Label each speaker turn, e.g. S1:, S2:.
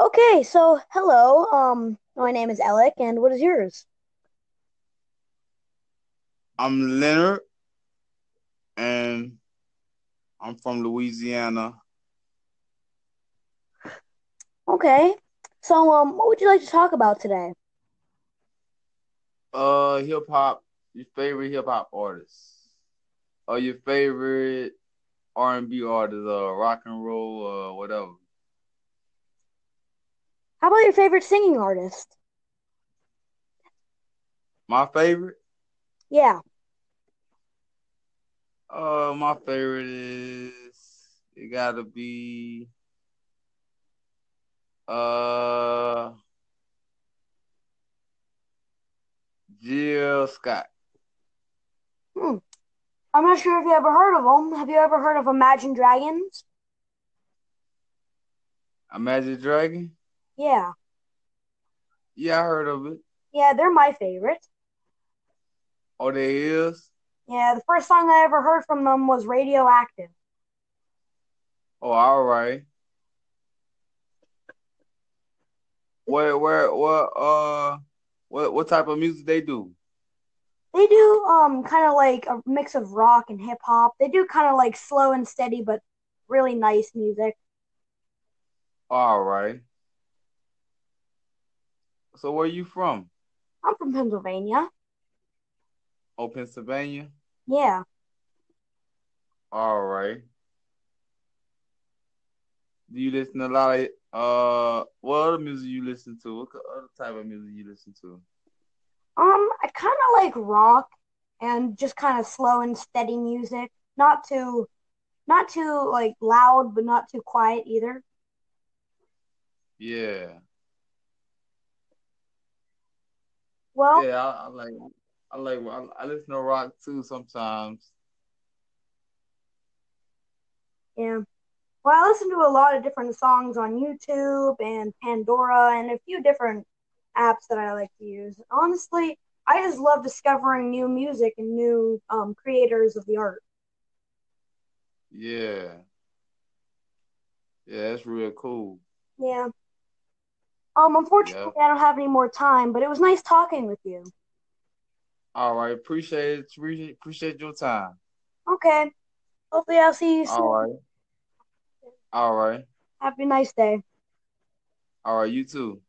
S1: Okay, so hello. Um, my name is Alec, and what is yours?
S2: I'm Leonard, and I'm from Louisiana.
S1: Okay, so um, what would you like to talk about today?
S2: Uh, hip hop. Your favorite hip hop artist, or your favorite R and B artist, or rock and roll, or whatever.
S1: How about your favorite singing artist?
S2: My favorite.
S1: Yeah.
S2: Uh, my favorite is it gotta be uh Jill Scott.
S1: Hmm. I'm not sure if you ever heard of them. Have you ever heard of Imagine Dragons?
S2: Imagine Dragon.
S1: Yeah.
S2: Yeah, I heard of it.
S1: Yeah, they're my favorite.
S2: Oh, there is.
S1: Yeah, the first song I ever heard from them was Radioactive.
S2: Oh, all right. Where, where, what, uh, what, what type of music they do?
S1: They do um kind of like a mix of rock and hip hop. They do kind of like slow and steady but really nice music.
S2: All right. So where you from?
S1: I'm from Pennsylvania.
S2: Oh, Pennsylvania.
S1: Yeah.
S2: All right. Do you listen to a lot of uh? What other music you listen to? What other type of music you listen to?
S1: Um, I kind of like rock and just kind of slow and steady music. Not too, not too like loud, but not too quiet either.
S2: Yeah,
S1: Well,
S2: yeah. I, I like, I like. I, I listen to rock too sometimes.
S1: yeah. Well, I listen to a lot of different songs on YouTube and Pandora and a few different apps that I like to use. Honestly, I just love discovering new music and new um, creators of the art.
S2: Yeah, yeah. That's real cool.
S1: Yeah. Um,
S2: Yeah.
S1: unfortunately, I don't have any more time, but it was nice talking with you.
S2: All right. Appreciate it. Appreciate appreciate your time.
S1: Okay. Hopefully, I'll see you
S2: All
S1: soon.
S2: right. All right.
S1: Have a nice day.
S2: All right. You too.